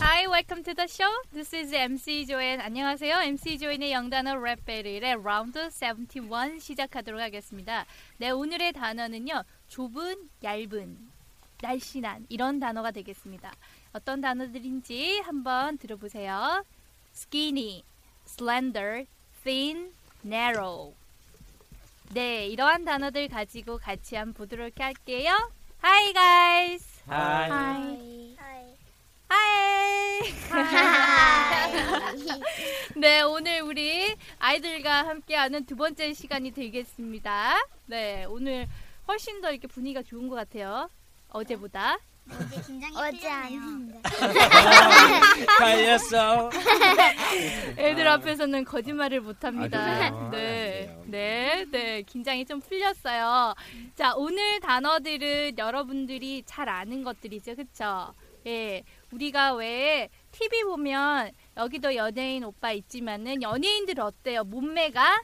Hi, welcome to the show. This is MC 조엔. 안녕하세요. MC 조엔의 영단어 랩 배틀의 라운드 71 시작하도록 하겠습니다. 네, 오늘의 단어는요. 좁은, 얇은, 날씬한 이런 단어가 되겠습니다. 어떤 단어들인지 한번 들어보세요. skinny, slender, thin, narrow. 네, 이러한 단어들 가지고 같이 한번 보도록 할게요. Hi guys. 아, 아. Hi. Hi. 네, 오늘 우리 아이들과 함께하는 두 번째 시간이 되겠습니다. 네, 오늘 훨씬 더 이렇게 분위기가 좋은 것 같아요. 어제보다. 어제 아니에요. 어, 애들 앞에서는 거짓말을 못합니다. 네, 네, 네, 긴장이 좀 풀렸어요. 자, 오늘 단어들은 여러분들이 잘 아는 것들이죠, 그렇죠? 예, 우리가 왜 TV 보면 여기도 연예인 오빠 있지만은 연예인들 어때요? 몸매가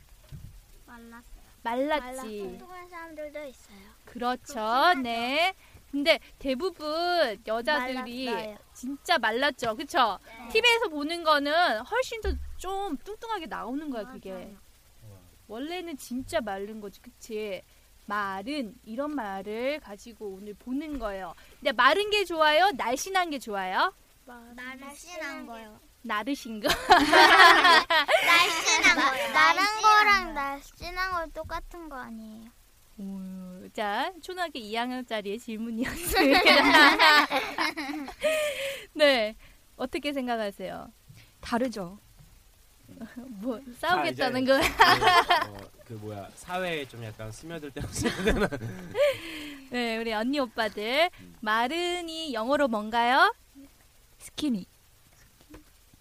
말랐어요. 말랐지. 뚱뚱한 사람들도 있어요. 그렇죠, 네. 근데 대부분 여자들이 말랐어요. 네. 진짜 말랐죠, 그렇죠? TV에서 보는 거는 훨씬 더 좀 뚱뚱하게 나오는 거야 그게. 맞아요. 원래는 진짜 마른 거지, 그치? 마른 이런 말을 가지고 오늘 보는 거예요. 근데 마른 게 좋아요, 날씬한 게 좋아요. 날씬한 거요. 나르신 거. 날씬한 거요. 나른 거랑 날씬한 거 똑같은 거 아니에요? 오, 자, 초등학교 2학년짜리의 질문이었습니다. 네, 어떻게 생각하세요? 다르죠. 뭐 싸우겠다는 거? 어, 그 뭐야 사회에 좀 약간 스며들 때 없으면은 네, 우리 언니 오빠들 마른이 영어로 뭔가요? 스키니.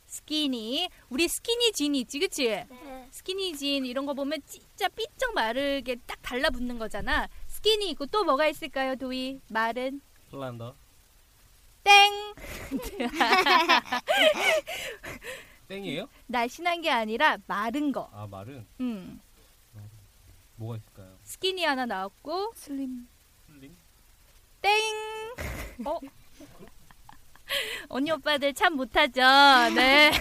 스키니. 우리 스키니 진이 있지, 그치? 네. 스키니진 이런 거 보면 진짜 삐쩍 마르게 딱 달라붙는 거잖아. 스키니 있고 또 뭐가 있을까요, 도희? 마른 폴란더 땡. 땡이에요? 날씬한 게 아니라 마른 거. 아 말은 음. 뭐가 있을까요? 스키니 하나 나왔고 슬림. 훌링? 땡. 어. 언니 오빠들 참 못하죠. 네.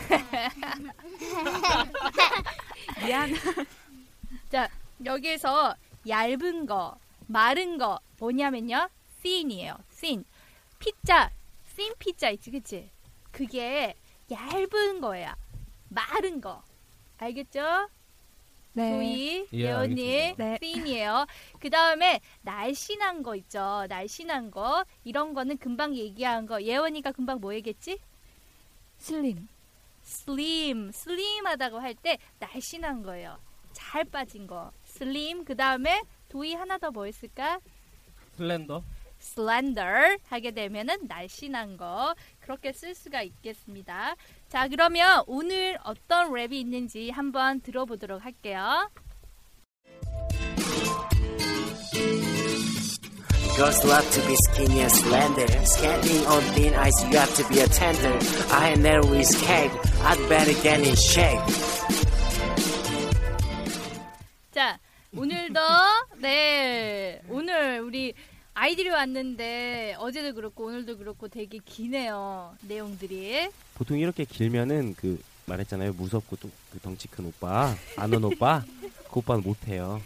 미안. 자 여기에서 얇은 거, 마른 거 뭐냐면요, thin이에요. thin. 피자, thin 피자 있지, 그치? 그게 얇은 거야. 마른 거. 알겠죠? 네. 조이, 예, 예언님, 알겠습니다. 네. thin이에요. 그 다음에 날씬한 거 있죠. 날씬한 거. 이런 거는 금방 얘기한 거. 예언이가 금방 뭐 얘기했지? 슬림. 슬림, 슬림하다고 할 때 날씬한 거예요. 잘 빠진 거. 슬림. 그 다음에 도이 하나 더 뭐 있을까? 슬렌더 슬렌더 하게 되면은 날씬한 거 그렇게 쓸 수가 있겠습니다. 자 그러면 오늘 어떤 랩이 있는지 한번 들어보도록 할게요. Girls love to be skinny and slender. Skating on thin ice, you have to be a tender. I ain't never risk cake. I'd better get in shape. 자 오늘도 네 오늘 우리 아이들이 왔는데 어제도 그렇고 오늘도 그렇고 되게 기네요 내용들이 보통 이렇게 길면은 그 말했잖아요 무섭고 또 그 덩치 큰 오빠 아는 오빠 그 오빠는 못해요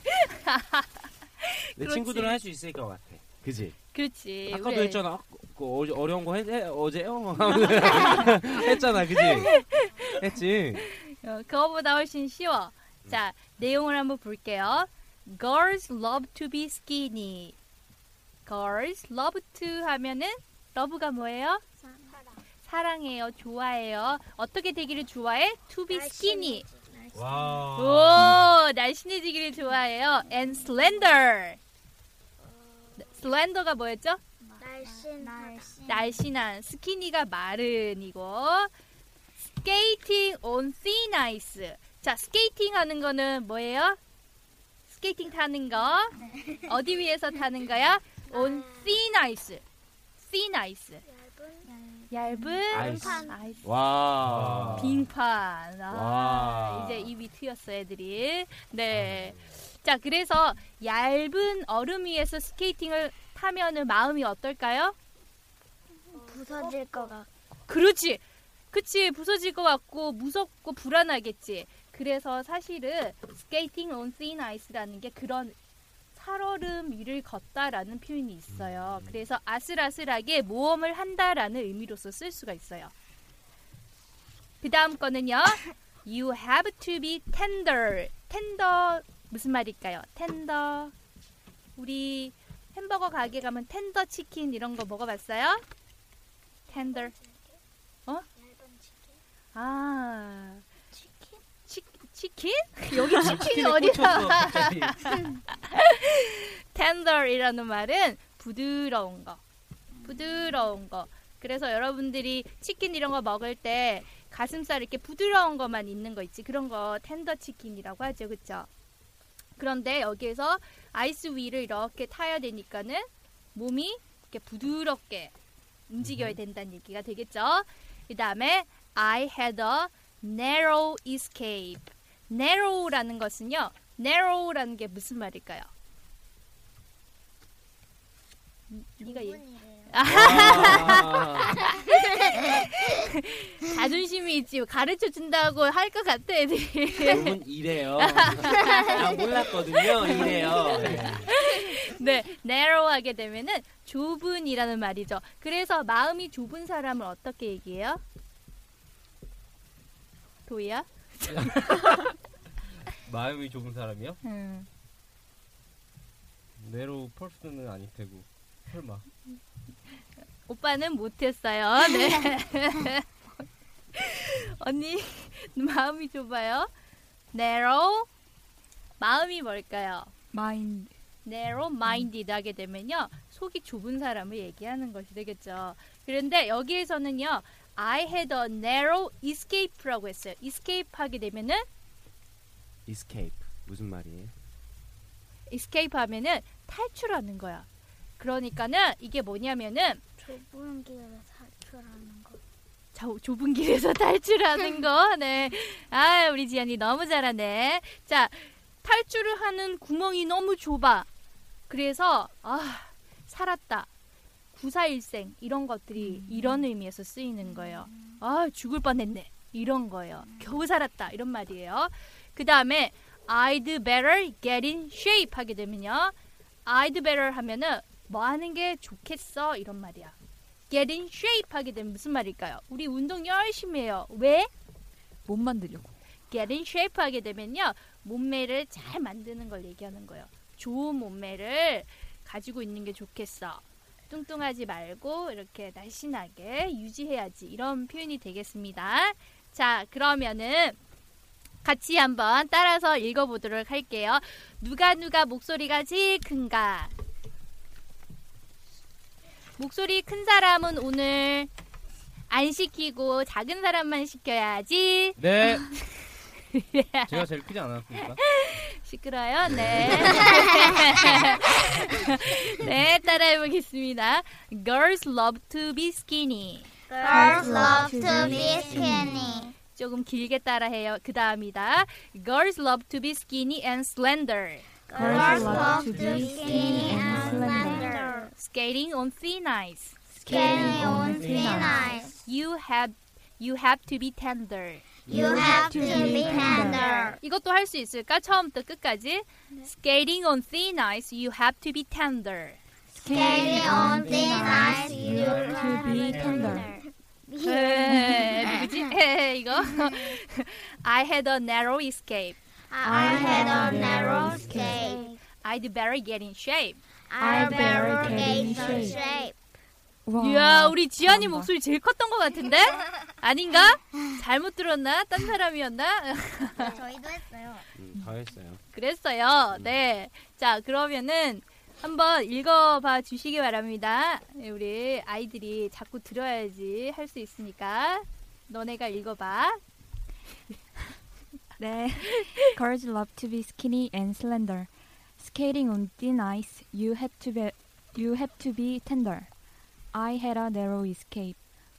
내 그렇지. 예, 친구들은 할수 있을 것 같아 그지 그렇지. 아까도 우리 했잖아. 아, 그 어제 어려운 거 했, 해, 어제요? 했잖아, 그지? 했지. 어, 그거보다 훨씬 쉬워. 자, 내용을 한번 볼게요. Girls love to be skinny. Girls love to 하면은 love가 뭐예요? 사랑해요, 좋아해요. 어떻게 되기를 좋아해? To be skinny. 와. 오, 날씬해지기를 좋아해요. And slender. slender가 뭐였죠? 날씬 날씬 날씬한 스키니가 마른 이거 스케이팅 온 thin ice 자 스케이팅 하는 거는 뭐예요? 스케이팅 타는 거 어디 위에서 타는 거야? on thin ice thin ice 얇은 얇은 아이스. 아이스. 와. 빙판 아, 와. 이제 입이 트였어 애들이 네자 그래서 얇은 얼음 위에서 스케이팅을 타면은 마음이 어떨까요? 부서질 것 같아. 그렇지. 그치 부서질 것 같고 무섭고 불안하겠지. 그래서 사실은 스케이팅 온 thin ice라는 게 그런 살얼음 위를 걷다라는 표현이 있어요. 그래서 아슬아슬하게 모험을 한다라는 의미로서 쓸 수가 있어요. 그 다음 거는요. You have to be tender. tender 무슨 말일까요? tender 우리 햄버거 가게 가면 텐더 치킨 이런 거 먹어봤어요? tender 어? 아 치킨? 치, 치킨? 여기 치킨이 어디야? tender이라는 말은 부드러운 거, 부드러운 거. 그래서 여러분들이 치킨 이런 거 먹을 때 가슴살 이렇게 부드러운 것만 있는 거 있지 그런 거 텐더 치킨이라고 하죠, 그렇죠? 그런데 여기에서 아이스 위를 이렇게 타야 되니까는 몸이 이렇게 부드럽게 움직여야 된다는 얘기가 되겠죠. 그 다음에 I had a narrow escape. narrow라는 것은요. narrow라는 게 무슨 말일까요? 니- 음, 네가 얘기- 자존심이 있지 가르쳐 준다고 할 것 같아 애들이. 여러분 이래요. 아, 몰랐거든요. 이래요. 네, narrow하게 되면은 좁은이라는 말이죠. 그래서 마음이 좁은 사람을 어떻게 얘기해요? 도희야? 마음이 좁은 사람이요? 음. 내로 펄스는 아닐 테고. 설마. 오빠는 못했어요. 네. 언니 마음이 좁아요. narrow 마음이 뭘까요? 마인드. narrow minded 하게 되면요 속이 좁은 사람을 얘기하는 것이 되겠죠. 그런데 여기에서는요 I had a narrow escape라고 했어요. escape 하게 되면은 이스케이프 무슨 말이에요? escape 하면은 탈출하는 거야. 그러니까는 이게 뭐냐면은 좁은 길을 탈출하는 거. 자, 좁은 길에서 탈출하는 거. 네. 아, 우리 지연이 너무 잘하네. 자, 탈출을 하는 구멍이 너무 좁아. 그래서 아, 살았다. 구사일생 이런 것들이 이런 의미에서 쓰이는 거예요. 아, 죽을 뻔했네. 이런 거예요. 겨우 살았다. 이런 말이에요. 그다음에 I'd better get in shape 하게 되면요. I'd better 하면은 뭐 하는 게 좋겠어 이런 말이야. get in shape 하게 되면 무슨 말일까요? 우리 운동 열심히 해요. 왜? 못 만들려고. get in shape 하게 되면요. 몸매를 잘 만드는 걸 얘기하는 거예요. 좋은 몸매를 가지고 있는 게 좋겠어. 뚱뚱하지 말고 이렇게 날씬하게 유지해야지. 이런 표현이 되겠습니다. 자, 그러면은 같이 한번 따라서 읽어보도록 할게요. 누가 누가 목소리가 제일 큰가? 목소리 큰 사람은 오늘 안 시키고 작은 사람만 시켜야지. 네. 예. 제가 제일 크지 않았습니까? 시끄러요? 네. 네, 따라해보겠습니다. Girls love to be skinny. Girls love to be skinny. 조금 길게 따라해요. 그 다음이다. Girls love to be skinny and slender. Girls love to be skinny and slender. Skating on thin ice. Skinny on thin ice. You have you have to be tender. You have to be tender. 이것도 할 수 있을까? 처음부터 끝까지. Skating on thin ice. You have to be tender. Scaly on thin ice, you will be tender. 에, 네, 누구지? 에, 이거 I had a narrow escape. I had a narrow escape. I'd better get in shape. I barricade the shape. 이야, 우리 지안이 목소리 제일 컸던 것 같은데? 아닌가? 잘못 들었나? 딴 사람이었나? 저희도 했어요. 음, 다 했어요. 그랬어요. 네. 자, 그러면은 한번 읽어봐 주시기 바랍니다. 네, 우리 아이들이 자꾸 들어야지 할 수 있으니까 너네가 읽어봐. 네. Girls love to be skinny and slender. Skating on thin ice, you have to be you have to be tender. I had a narrow escape.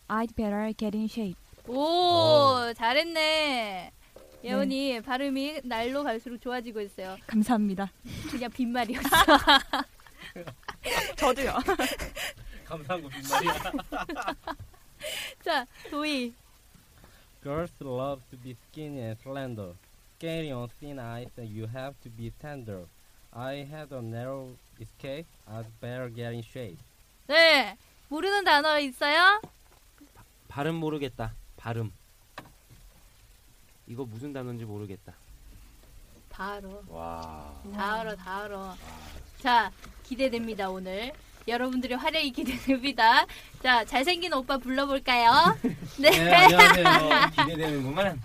I'd better get in shape. 오, 잘했네. 예원이 발음이 날로 갈수록 좋아지고 있어요. 감사합니다. 그냥 빈말이었어. 저도요. 감사한 거 빈말이야. 자, 도희. Girls love to be skinny and slender. Scaling on thin ice, you have to be tender. I had a narrow escape. I'd better get in shape. 네. 모르는 단어 있어요? 발음 모르겠다. 발음. 이거 무슨 단어인지 모르겠다. 다 알아. 와. 다 알아, 다 알아. 자, 기대됩니다, 오늘. 여러분들의 활약이 기대됩니다. 자, 잘생긴 오빠 불러볼까요? 네. 안녕하세요. 기대되는구만.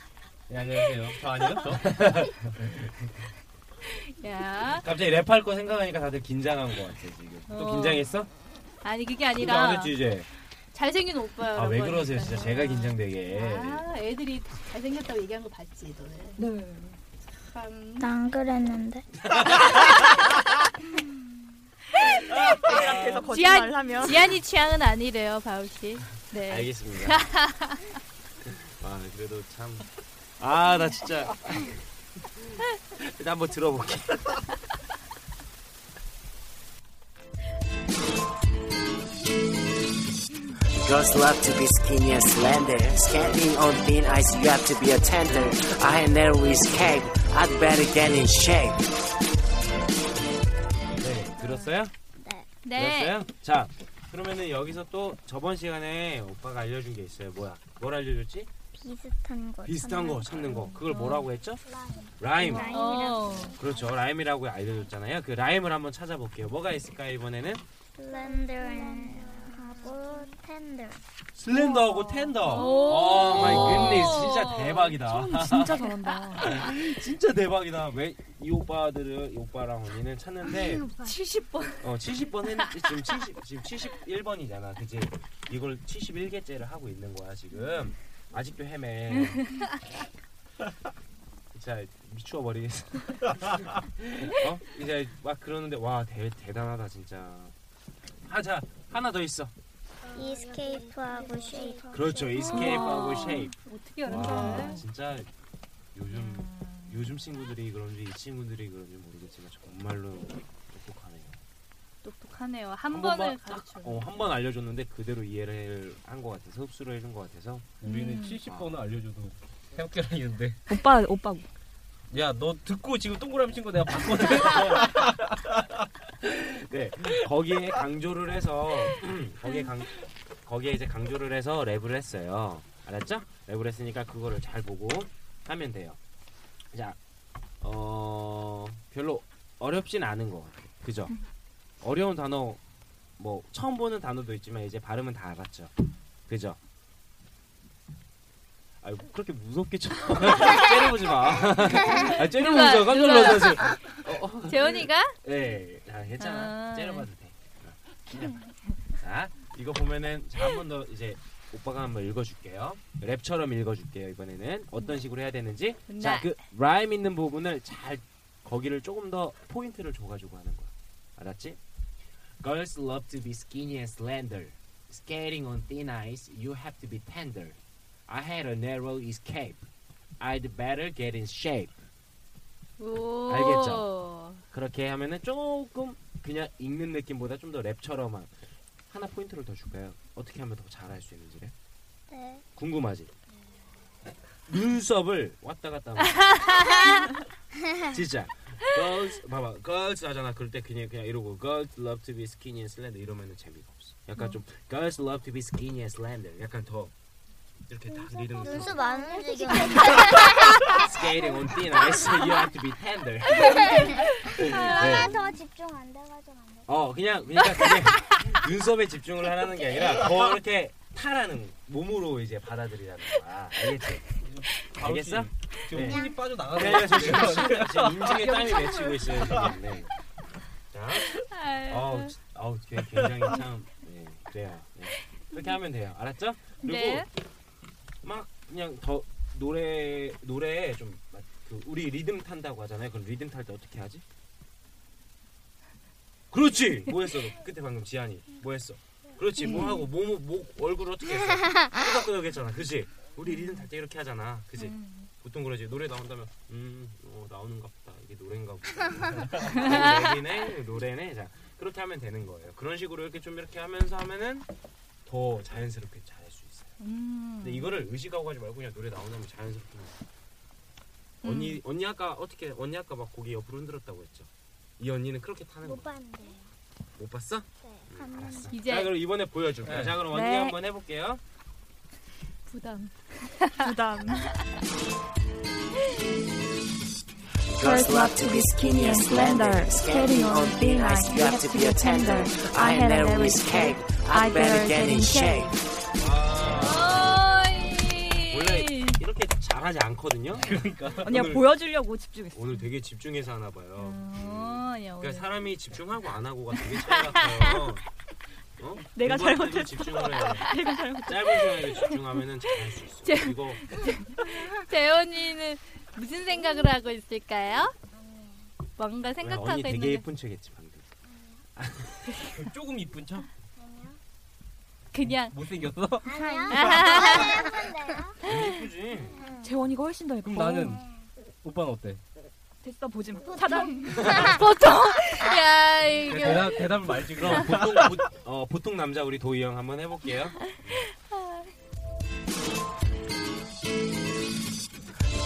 네, 안녕하세요. 저 아니었어? 네. 야. 갑자기 랩할 거 생각하니까 다들 긴장한 것 같아 지금. 어. 또 긴장했어? 아니, 그게 긴장 안 아니라. 했지 이제. 잘생긴 오빠 여러분. 아 왜 그러세요 진짜 제가 긴장되게. 아, 애들이 다 잘생겼다고 얘기한 거 봤지, 너는. 네. 참. 난 그랬는데. 애들한테서 거짓말을 거짓말을 하면 지안이 취향은 아니래요, 바울씨. 네. 알겠습니다. 아 그래도 참. 아 나 진짜. 일단 한번 들어볼게. Girls love to be skinny and slender. Skating on thin ice, you have to be a tender. I ain't never escaped. I'd better get in shape. 네 들었어요? 네. 들었어요? 자 그러면은 여기서 또 저번 시간에 오빠가 알려준 게 있어요. 뭐야? 뭘 알려줬지? 비슷한 거. 비슷한 거 찾는 거. 그걸 뭐라고 했죠? 아. 라임. 라임. 어. 그렇죠. 라임이라고 알려줬잖아요. 그 라임을 한번 찾아볼게요. 뭐가 있을까 이번에는? 슬렌더하고 텐더. 슬렌더하고 텐더. 오. 아, 오 마이 굿니스 진짜 대박이다. 진짜 잘한다. 진짜 대박이다. 왜 이 오빠들은 이 오빠랑 언니는 찾는데 70번. 어 70번 했 지금 70 지금 71번이잖아. 그지? 이걸 71개째를 하고 있는 거야, 지금. 아직도 헤매. 진짜 미추어 버리겠어. 어? 이제 막 그러는데 와, 대, 대단하다 진짜. 하자. 하나 더 있어. 이스케이프하고 쉐이프. 그렇죠. 이스케이프하고 우와. 쉐입. 어떻게 와, 알았어? 진짜 요즘 요즘 친구들이 그런지 이 친구들이 그런지 모르겠지만 정말로 똑똑하네요. 똑똑하네요. 한 번을 가르쳐. 어, 한 번 알려줬는데 그대로 이해를 한 것 같아서 흡수를 해준 것 같아서 우리는 70번을 알려줘도 해결이는데. 오빠 오빠. 야 너 듣고 지금 동그라미 친 거 내가 봤거든. 네 거기에 강조를 해서 거기에 강 거기에 이제 강조를 해서 랩을 했어요. 알았죠? 랩을 했으니까 그거를 잘 보고 하면 돼요. 자, 어 별로 어렵진 않은 것 같아요. 그죠? 어려운 단어 뭐 처음 보는 단어도 있지만 이제 발음은 다 알았죠. 그죠? 아 그렇게 무섭게 쳐 째려보지 마. 아 째려보자 깜짝 놀랐어 지금. 재원이가 네, 아, 괜찮아. 아. 째려봐도 돼. 어, 자, 이거 보면은 자, 한 번 더 이제 오빠가 한번 읽어줄게요. 랩처럼 읽어줄게요. 이번에는 어떤 식으로 해야 되는지. 자, 나- 그 라임 있는 부분을 잘 거기를 조금 더 포인트를 줘가지고 하는 거야. 알았지? Girls love to be skinny and slender. Skating on thin ice, you have to be tender. I had a narrow escape. I'd better get in shape. 오. 알겠죠? 그렇게 하면은 조금 그냥 읽는 느낌보다 좀 더 랩처럼 한 하나 포인트를 더 줄까요? 어떻게 하면 더 잘할 수 있는지를 네. 궁금하지? 눈썹을 왔다 갔다 하고 진짜 girls 봐봐 girls 하잖아 그럴 때 그냥 그냥 이러고 girls love to be skinny and slender 이러면은 재미가 없어 음. 약간 좀 girls love to be skinny and slender 약간 더 이렇게 딱 리듬 눈썹 안 움직여. 네. skating on thin ice you have to be tender 하나 더 집중 안 돼가지고 안 돼. 어 그냥 그러니까 그게 눈썹에 집중을 하라는 게 아니라 더 이렇게 타라는 몸으로 이제 받아들이라는 거야 알겠지? 알겠어? 지금 네. 힘이 빠져 나가서 내가 지금 지금 인중에 땀이 맺히고 있어요 지금 네. 자 어우, 지- 어우, 걔 굉장히 참 네, 그래요. 네. 그렇게 하면 돼요. 알았죠? 그리고 네. 막 그냥 더 노래 노래에 좀그 우리 리듬 탄다고 하잖아요. 그럼 리듬 탈 때 어떻게 하지? 그렇지. 뭐 했어? 너? 그때 방금 지한이 뭐 했어? 그렇지. 음. 뭐 하고 뭐뭐 뭐, 얼굴 어떻게 했어? 끄덕끄덕했잖아. 그지? 우리 리듬 탈 때 이렇게 하잖아. 그지? 음. 보통 그러지. 노래 나온다면 음, 어, 나오는가 보다. 이게 노래인가 보다. 노래네, 노래네. 자, 그렇게 하면 되는 거예요. 그런 식으로 이렇게 좀 이렇게 하면서 하면은 더 자연스럽게 잘할 수 있어요. 근데 음. 이거를 의식하고 하지 말고 그냥 노래 나오면 자연스럽게. 하는 거예요. 언니, 음. 언니 아까 어떻게? 언니 아까 막 고개 옆으로 흔들었다고 했죠. 이 언니는 그렇게 타는 거. 뭐못 봤는데. 못 봤어? 네. 음, 알았어. 이제- 자, 그럼 이번에 보여줄게요. 네. 자, 그럼 언니 네. 한번 해볼게요. 부담. 부담. Girls love to be skinny and slender. Skating on thin ice, you have to be a tender. I had a risk cake, I'd better get in shape. 어이. 원래 이렇게 잘하지 않거든요. 그러니까. 언니가 오늘- 보여주려고 집중했어. 오늘 되게 집중해서 하나 봐요. 음. 어, 야, 오늘. 그러니까 사람이 집중하고 안 하고가 되게 차이 같아요. 어? 내가 공부할 때도 집중을 해요. 짧은 시간에 집중하면은 잘할 수 있어. 제- 이거 재원이는 무슨 생각을 하고 있을까요? 뭔가 언니 생각하고 되게 있는데 예쁜 척했지 방금. 조금 이쁜 척? 그냥 못생겼어? 아니야. 예쁜데요? 예쁘지. 재원이가 훨씬 더 예뻐. 그럼 나는 어. 오빠는 어때? 됐어 보지. 차단. 아. 보통 야 아. 이게 대답 대답을 말지 그럼. 그럼 보통 보, 어, 보통 남자 우리 도희 형 한번 해볼게요.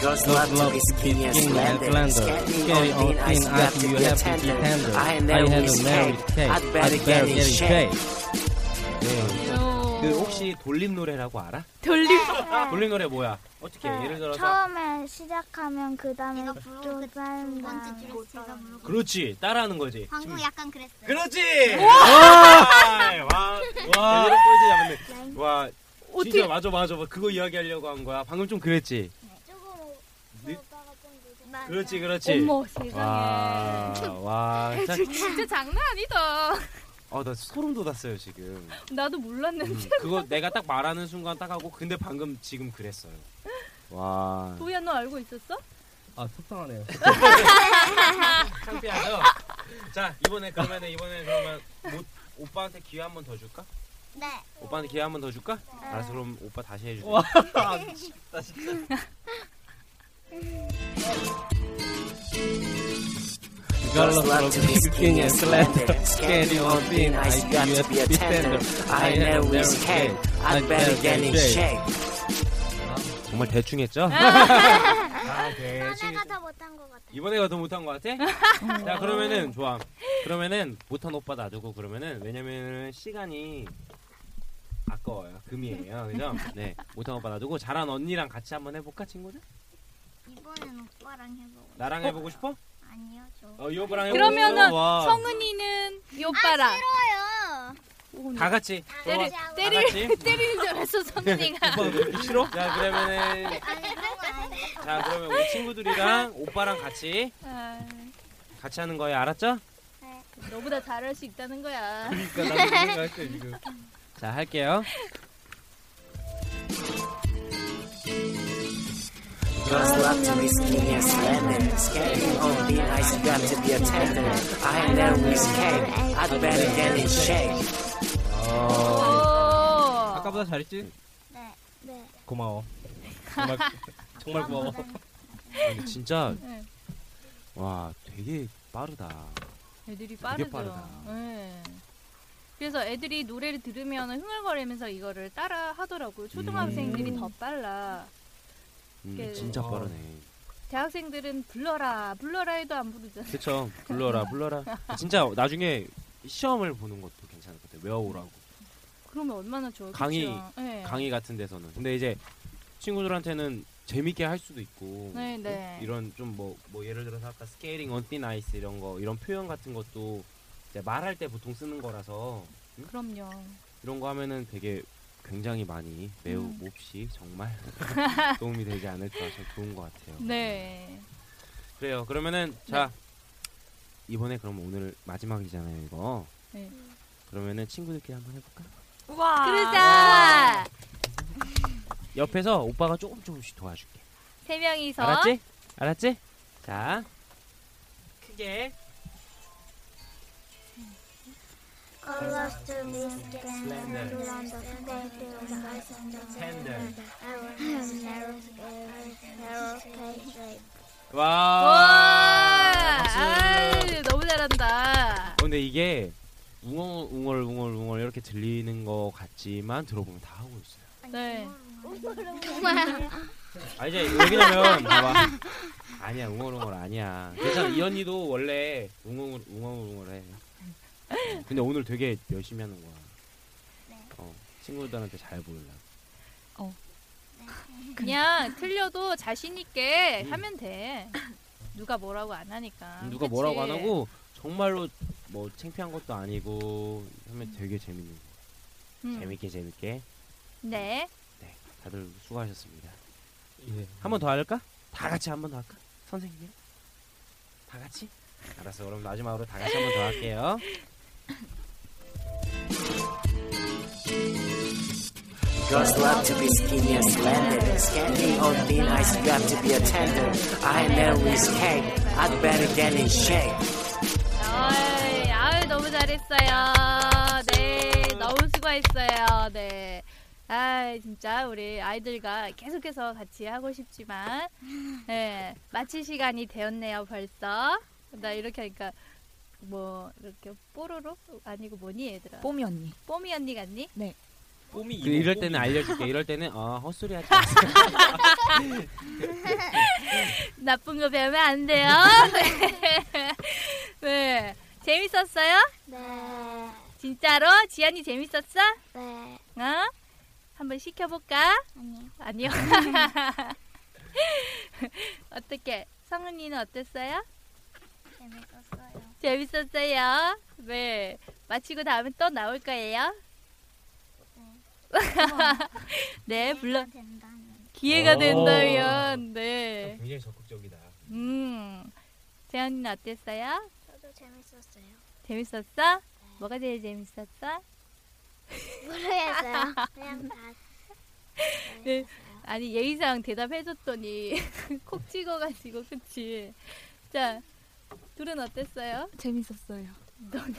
Girls love to be skinny and slender. Skating on thin ice, you have to be a tender. I had a risk cake, I'd better get in shape. 요. 그 혹시 돌림 노래라고 알아? 돌림 네. 돌림 노래 뭐야? 어떻게 해? 예를 들어서 네. 처음에 시작하면 그 다음에 또 짠다. 그렇지 따라하는 거지. 음. 방금 약간 그랬어요. 그렇지. 와와 제대로 보이지 않네. 와 진짜 맞아 맞아 그거 이야기하려고 한 거야. 방금 좀 그랬지. 조금 늦- 오빠가 좀 늦었어. 네? 그렇지 그렇지. 어머 세상에 와와어나 진짜 장난 아니다 어, 소름 돋았어요 지금. 나도 음. 몰랐는데 음. 그거 내가 딱 말하는 순간 딱 하고 근데 방금 지금 그랬어요. 와 도희야 너 알고 있었어? 아 속상하네요. 창피하죠. 자 이번에 그러면 이번에 그러면 못, 오빠한테 기회 한 번 더 줄까? 네. 오빠한테 기회 한 번 더 줄까? 알았어 그럼 오빠 다시 해주세요. 와, 아, 미치겠다, 진짜. Girls love to be skinny and slender. Skating on thin ice, you have to be a tender. I had a risk cake, I'd better get in shape. 정말 대충 했죠? 아 대충 하나가 더 못한 것 같아. 이번에가 더 못한 것 같아? 자 그러면은 좋아 그러면은 못한 오빠 놔두고 그러면은 왜냐면은 시간이 아까워요 금이에요 그죠? 네 못한 오빠 놔두고 잘한 언니랑 같이 한번 해볼까 친구들? 이번엔 오빠랑 해보고. 나랑 해보고 싶어? 아니요, 저. 어 이 오빠랑 해보고 그러면은 싶어? 와. 성은이는 이 오빠랑 아, 싫어요. 다 같이 때리, 좋아. 때리, 다 같이? 때리는 줄 알았어 성은이가 싫어? 자 그러면은 아니, 그런 거 아니에요. 자 그러면 우리 친구들이랑 오빠랑 같이 아, 같이 하는 거예요 알았죠? 너보다 잘할 수 있다는 거야 그러니까 나도 생각했어 지금. 자 할게요 Girls love to be skinny and slender. Skating on thin ice, you got to be a tender. I had a risk cake, I'd better get in shape. 아. 어. 오 아까보다 잘했지? 네. 네. 고마워. 정말 정말 고마워. 아니, 진짜 네. 와 되게 빠르다 애들이 되게 빠르죠 빠르다. 네. 그래서 애들이 노래를 들으면 흥얼거리면서 이거를 따라 하더라고요 초등학생들이 더 빨라 음, 그- 진짜 어. 빠르네 대학생들은 불러라 불러라 해도 안 부르잖아. 그쵸 불러라 불러라 진짜 나중에 시험을 보는 것도 괜찮을 것 같아요 외워오라고 그러면 얼마나 예. 좋아. 강의, 네. 강의 같은 데서는 근데 이제 친구들한테는 재밌게 할 수도 있고 네, 네. 이런 좀 뭐 뭐 예를 들어서 아까 스케일링 언티 나이스 이런 거 이런 표현 같은 것도 이제 말할 때 보통 쓰는 거라서 그럼요. 이런 거 하면은 되게 굉장히 많이 매우 음. 몹시 정말 도움이 되지 않을까 저 좋은 것 같아요 네. 그래요 그러면은 자 이번에 그럼 오늘 마지막이잖아요 이거 네. 그러면은 친구들끼리 한번 해볼까? 와. 그러자 옆에서 오빠가 조금 조금씩 도와줄게. 세 명이서 알았지? 알았지? 자. 크게. Colors to be slender, slender, slender, I will have narrow, narrow cage shape. 와. 와. 박수. 아유, 너무 잘한다. 어, 근데 이게 웅얼 웅얼 웅얼 웅얼 이렇게 들리는 것 같지만 들어보면 다 하고 있어요. 네. 아 이제 왜냐면 봐봐. 아니야 웅얼 웅얼 아니야. 괜찮아 이 언니도 원래 웅얼 웅얼 웅얼해. 근데 오늘 되게 열심히 하는 거야. 네. 어 친구들한테 잘 보이려. 그냥 틀려도 자신 있게 음. 하면 돼. 누가 뭐라고 안 하니까. 누가 아, 그치? 뭐라고 안 하고 정말로 뭐 창피한 것도 아니고 하면 되게 재밌는 거. 음. 재밌게 재밌게 네. 다들 수고하셨습니다. 한 번 더 할까? 다 같이 한 번 더 할까? 선생님? 다 같이? 알았어. 그럼 마지막으로 다 같이 한 번 더 할게요. Girls love to be skinny and slender. Skinny on thin ice, you got to be a tender. I am Mary's cake. I'd better get in shape. 어이, 아유 너무 잘했어요. 네, 너무 수고했어요. 네. 아, 진짜 우리 아이들과 계속해서 같이 하고 싶지만, 네, 마칠 시간이 되었네요 벌써. 나 이렇게 하니까 뭐 이렇게 뽀로로 아니고 뭐니 얘들아. 뽀미 언니. 뽀미 언니 같니? 그 이럴 때는 알려줄게. 이럴 때는 아 헛소리 하지 마세요. 나쁜 거 배우면 안 돼요. 네. 네, 재밌었어요? 네, 진짜로 지안이 재밌었어? 네, 어? 한번 시켜볼까? 아니요. 아니요. 어떻게 성은이는 어땠어요? 재밌었어요. 재밌었어요. 네. 마치고 다음에 또 나올 거예요. 네, 물론 된다는. 기회가 오. 된다면 네. 굉장히 적극적이다. 음, 재현이는 어땠어요? 저도 재밌었어요. 재밌었어? 뭐가 제일 재밌었어? 모르겠어요. 그냥 다. 네. 아니 예의상 대답해줬더니 콕 찍어가지고 그치? 자, 둘은 어땠어요? 재밌었어요.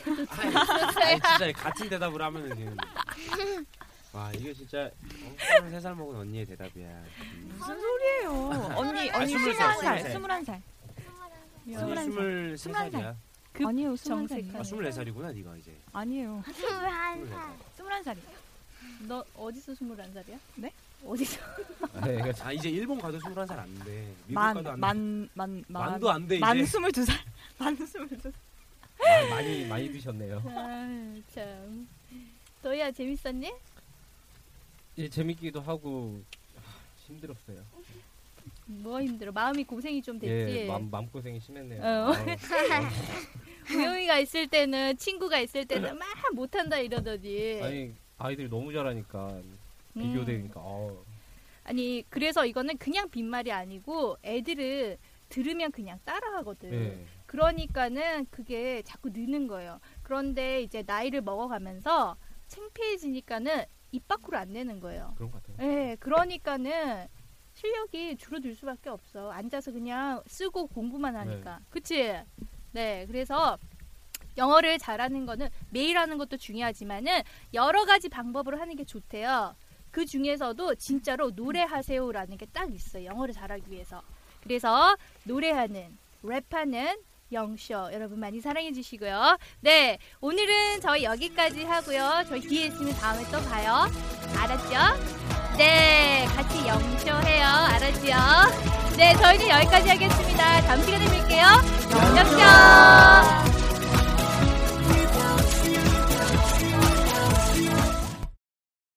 아니 진짜 같은 대답을 하면은 되는. 와 이게 진짜 어, 23살 먹은 언니의 대답이야. 음. 무슨 소리예요? 언니 아, 언니 스물세, 21살. 스물세. 21살. 언니 스물한 살. 23살이야. 그 아니요, 아 정색하네. 21살이에요. 24살이구나 네가 이제. 아니에요. 스물한 살. 21살이. 너 어디서 21살이야? 네? 어디서? 네, 그러니까 아 이제 일본 가도 21살 안 돼. 미국 가도 안 돼. 만만만 만. 만도 안 돼 이제. 만 22살. 만 22살. 아, 많이 많이 드셨네요. 아유, 참. 너야 재밌었니? 예, 재밌기도 하고 아, 힘들었어요. 뭐 힘들어. 마음이 고생이 좀 됐지. 예, 맘, 마음고생이 심했네요. 네, 어. 아우, 우영이가 있을 때는 친구가 있을 때는 막 못한다 이러더니. 아니 아이들이 너무 잘하니까 음. 비교되니까 아우. 아니 그래서 이거는 그냥 빈말이 아니고 애들은 들으면 그냥 따라하거든. 예. 그러니까는 그게 자꾸 느는 거예요. 그런데 이제 나이를 먹어가면서 창피해지니까는 입 밖으로 안 내는 거예요. 그런 것 같아요. 네, 그러니까는 실력이 줄어들 수밖에 없어. 앉아서 그냥 쓰고 공부만 하니까. 그치? 네, 그래서 영어를 잘하는 거는 매일 하는 것도 중요하지만은 여러 가지 방법으로 하는 게 좋대요. 그 중에서도 진짜로 노래하세요라는 게 딱 있어요. 영어를 잘하기 위해서. 그래서 노래하는, 랩하는 영쇼 여러분 많이 사랑해 주시고요. 네, 오늘은 저희 여기까지 하고요. 저희 기회 있으면 다음에 또 봐요. 알았죠? 네, 네. 같이 영쇼해요. 알았지요? 네, 저희는 여기까지 하겠습니다. 다음 시간에 뵐게요. 영영쇼!